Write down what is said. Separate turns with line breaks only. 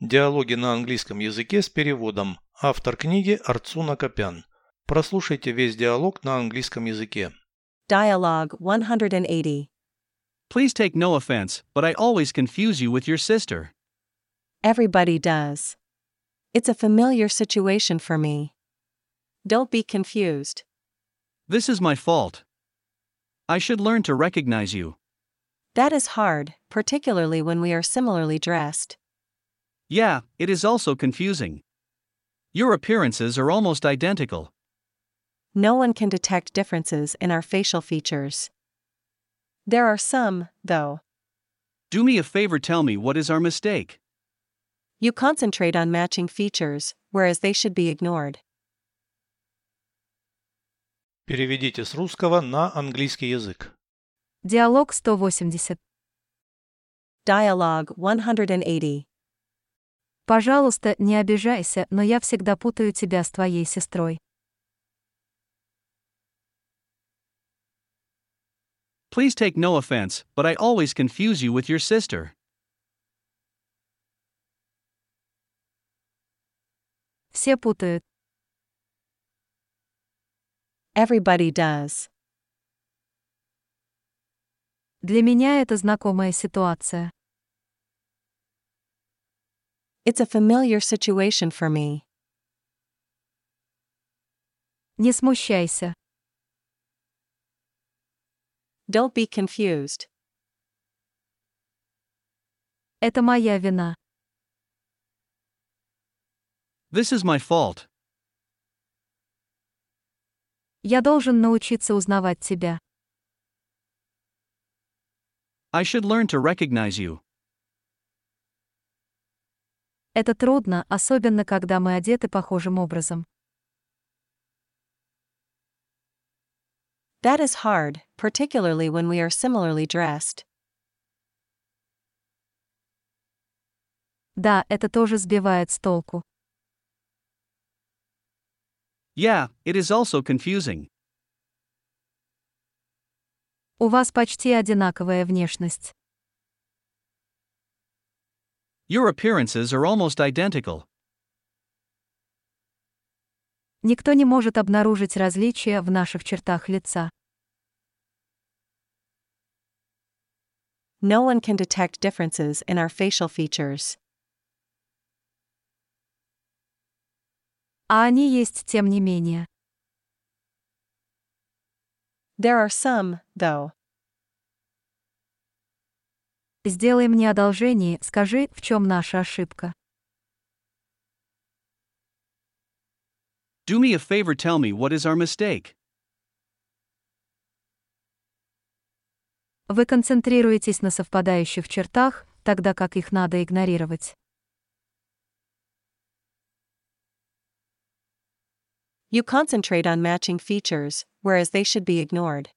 Диалоги на английском языке с переводом. Автор книги Арцуна Копян. Прослушайте весь диалог на английском языке.
Dialogue 180.
Please take no offense, but I always confuse you with your sister.
Everybody does. It's a familiar situation for me. Don't be confused.
This is my fault. I should learn to recognize you.
That is hard, particularly when we are similarly dressed.
Yeah, it is also confusing. Your appearances are almost identical.
No one can detect differences in our facial features. There are some, though.
Do me a favor, tell me what is our mistake.
You concentrate on matching features, whereas they should be ignored.
Переведите с русского на английский язык.
Диалог 180.
Dialogue 180.
Пожалуйста, не обижайся, но я всегда путаю тебя с твоей сестрой.
Please take no offense, but I always confuse you with your sister.
Все путают.
Everybody does.
Для меня это знакомая ситуация.
It's a familiar situation for me.
Не смущайся.
Don't be confused.
Это моя вина.
This is my fault.
Я должен научиться узнавать тебя.
I should learn to recognize you.
Это трудно, особенно когда мы одеты похожим образом.
That is hard, particularly when we are similarly dressed.
Да, это тоже сбивает с толку.
Yeah, it is also confusing.
У вас почти одинаковая внешность.
Your appearances are almost identical.
Никто не может обнаружить различия в наших чертах лица.
No one can detect differences in our facial features.
А они есть тем не менее.
There are some, though.
Сделай мне одолжение, скажи, в чем наша ошибка.
Do me a favor, tell me what is our mistake.
Вы концентрируетесь на совпадающих чертах, тогда как их надо игнорировать.
You concentrate on matching features, whereas they should be ignored.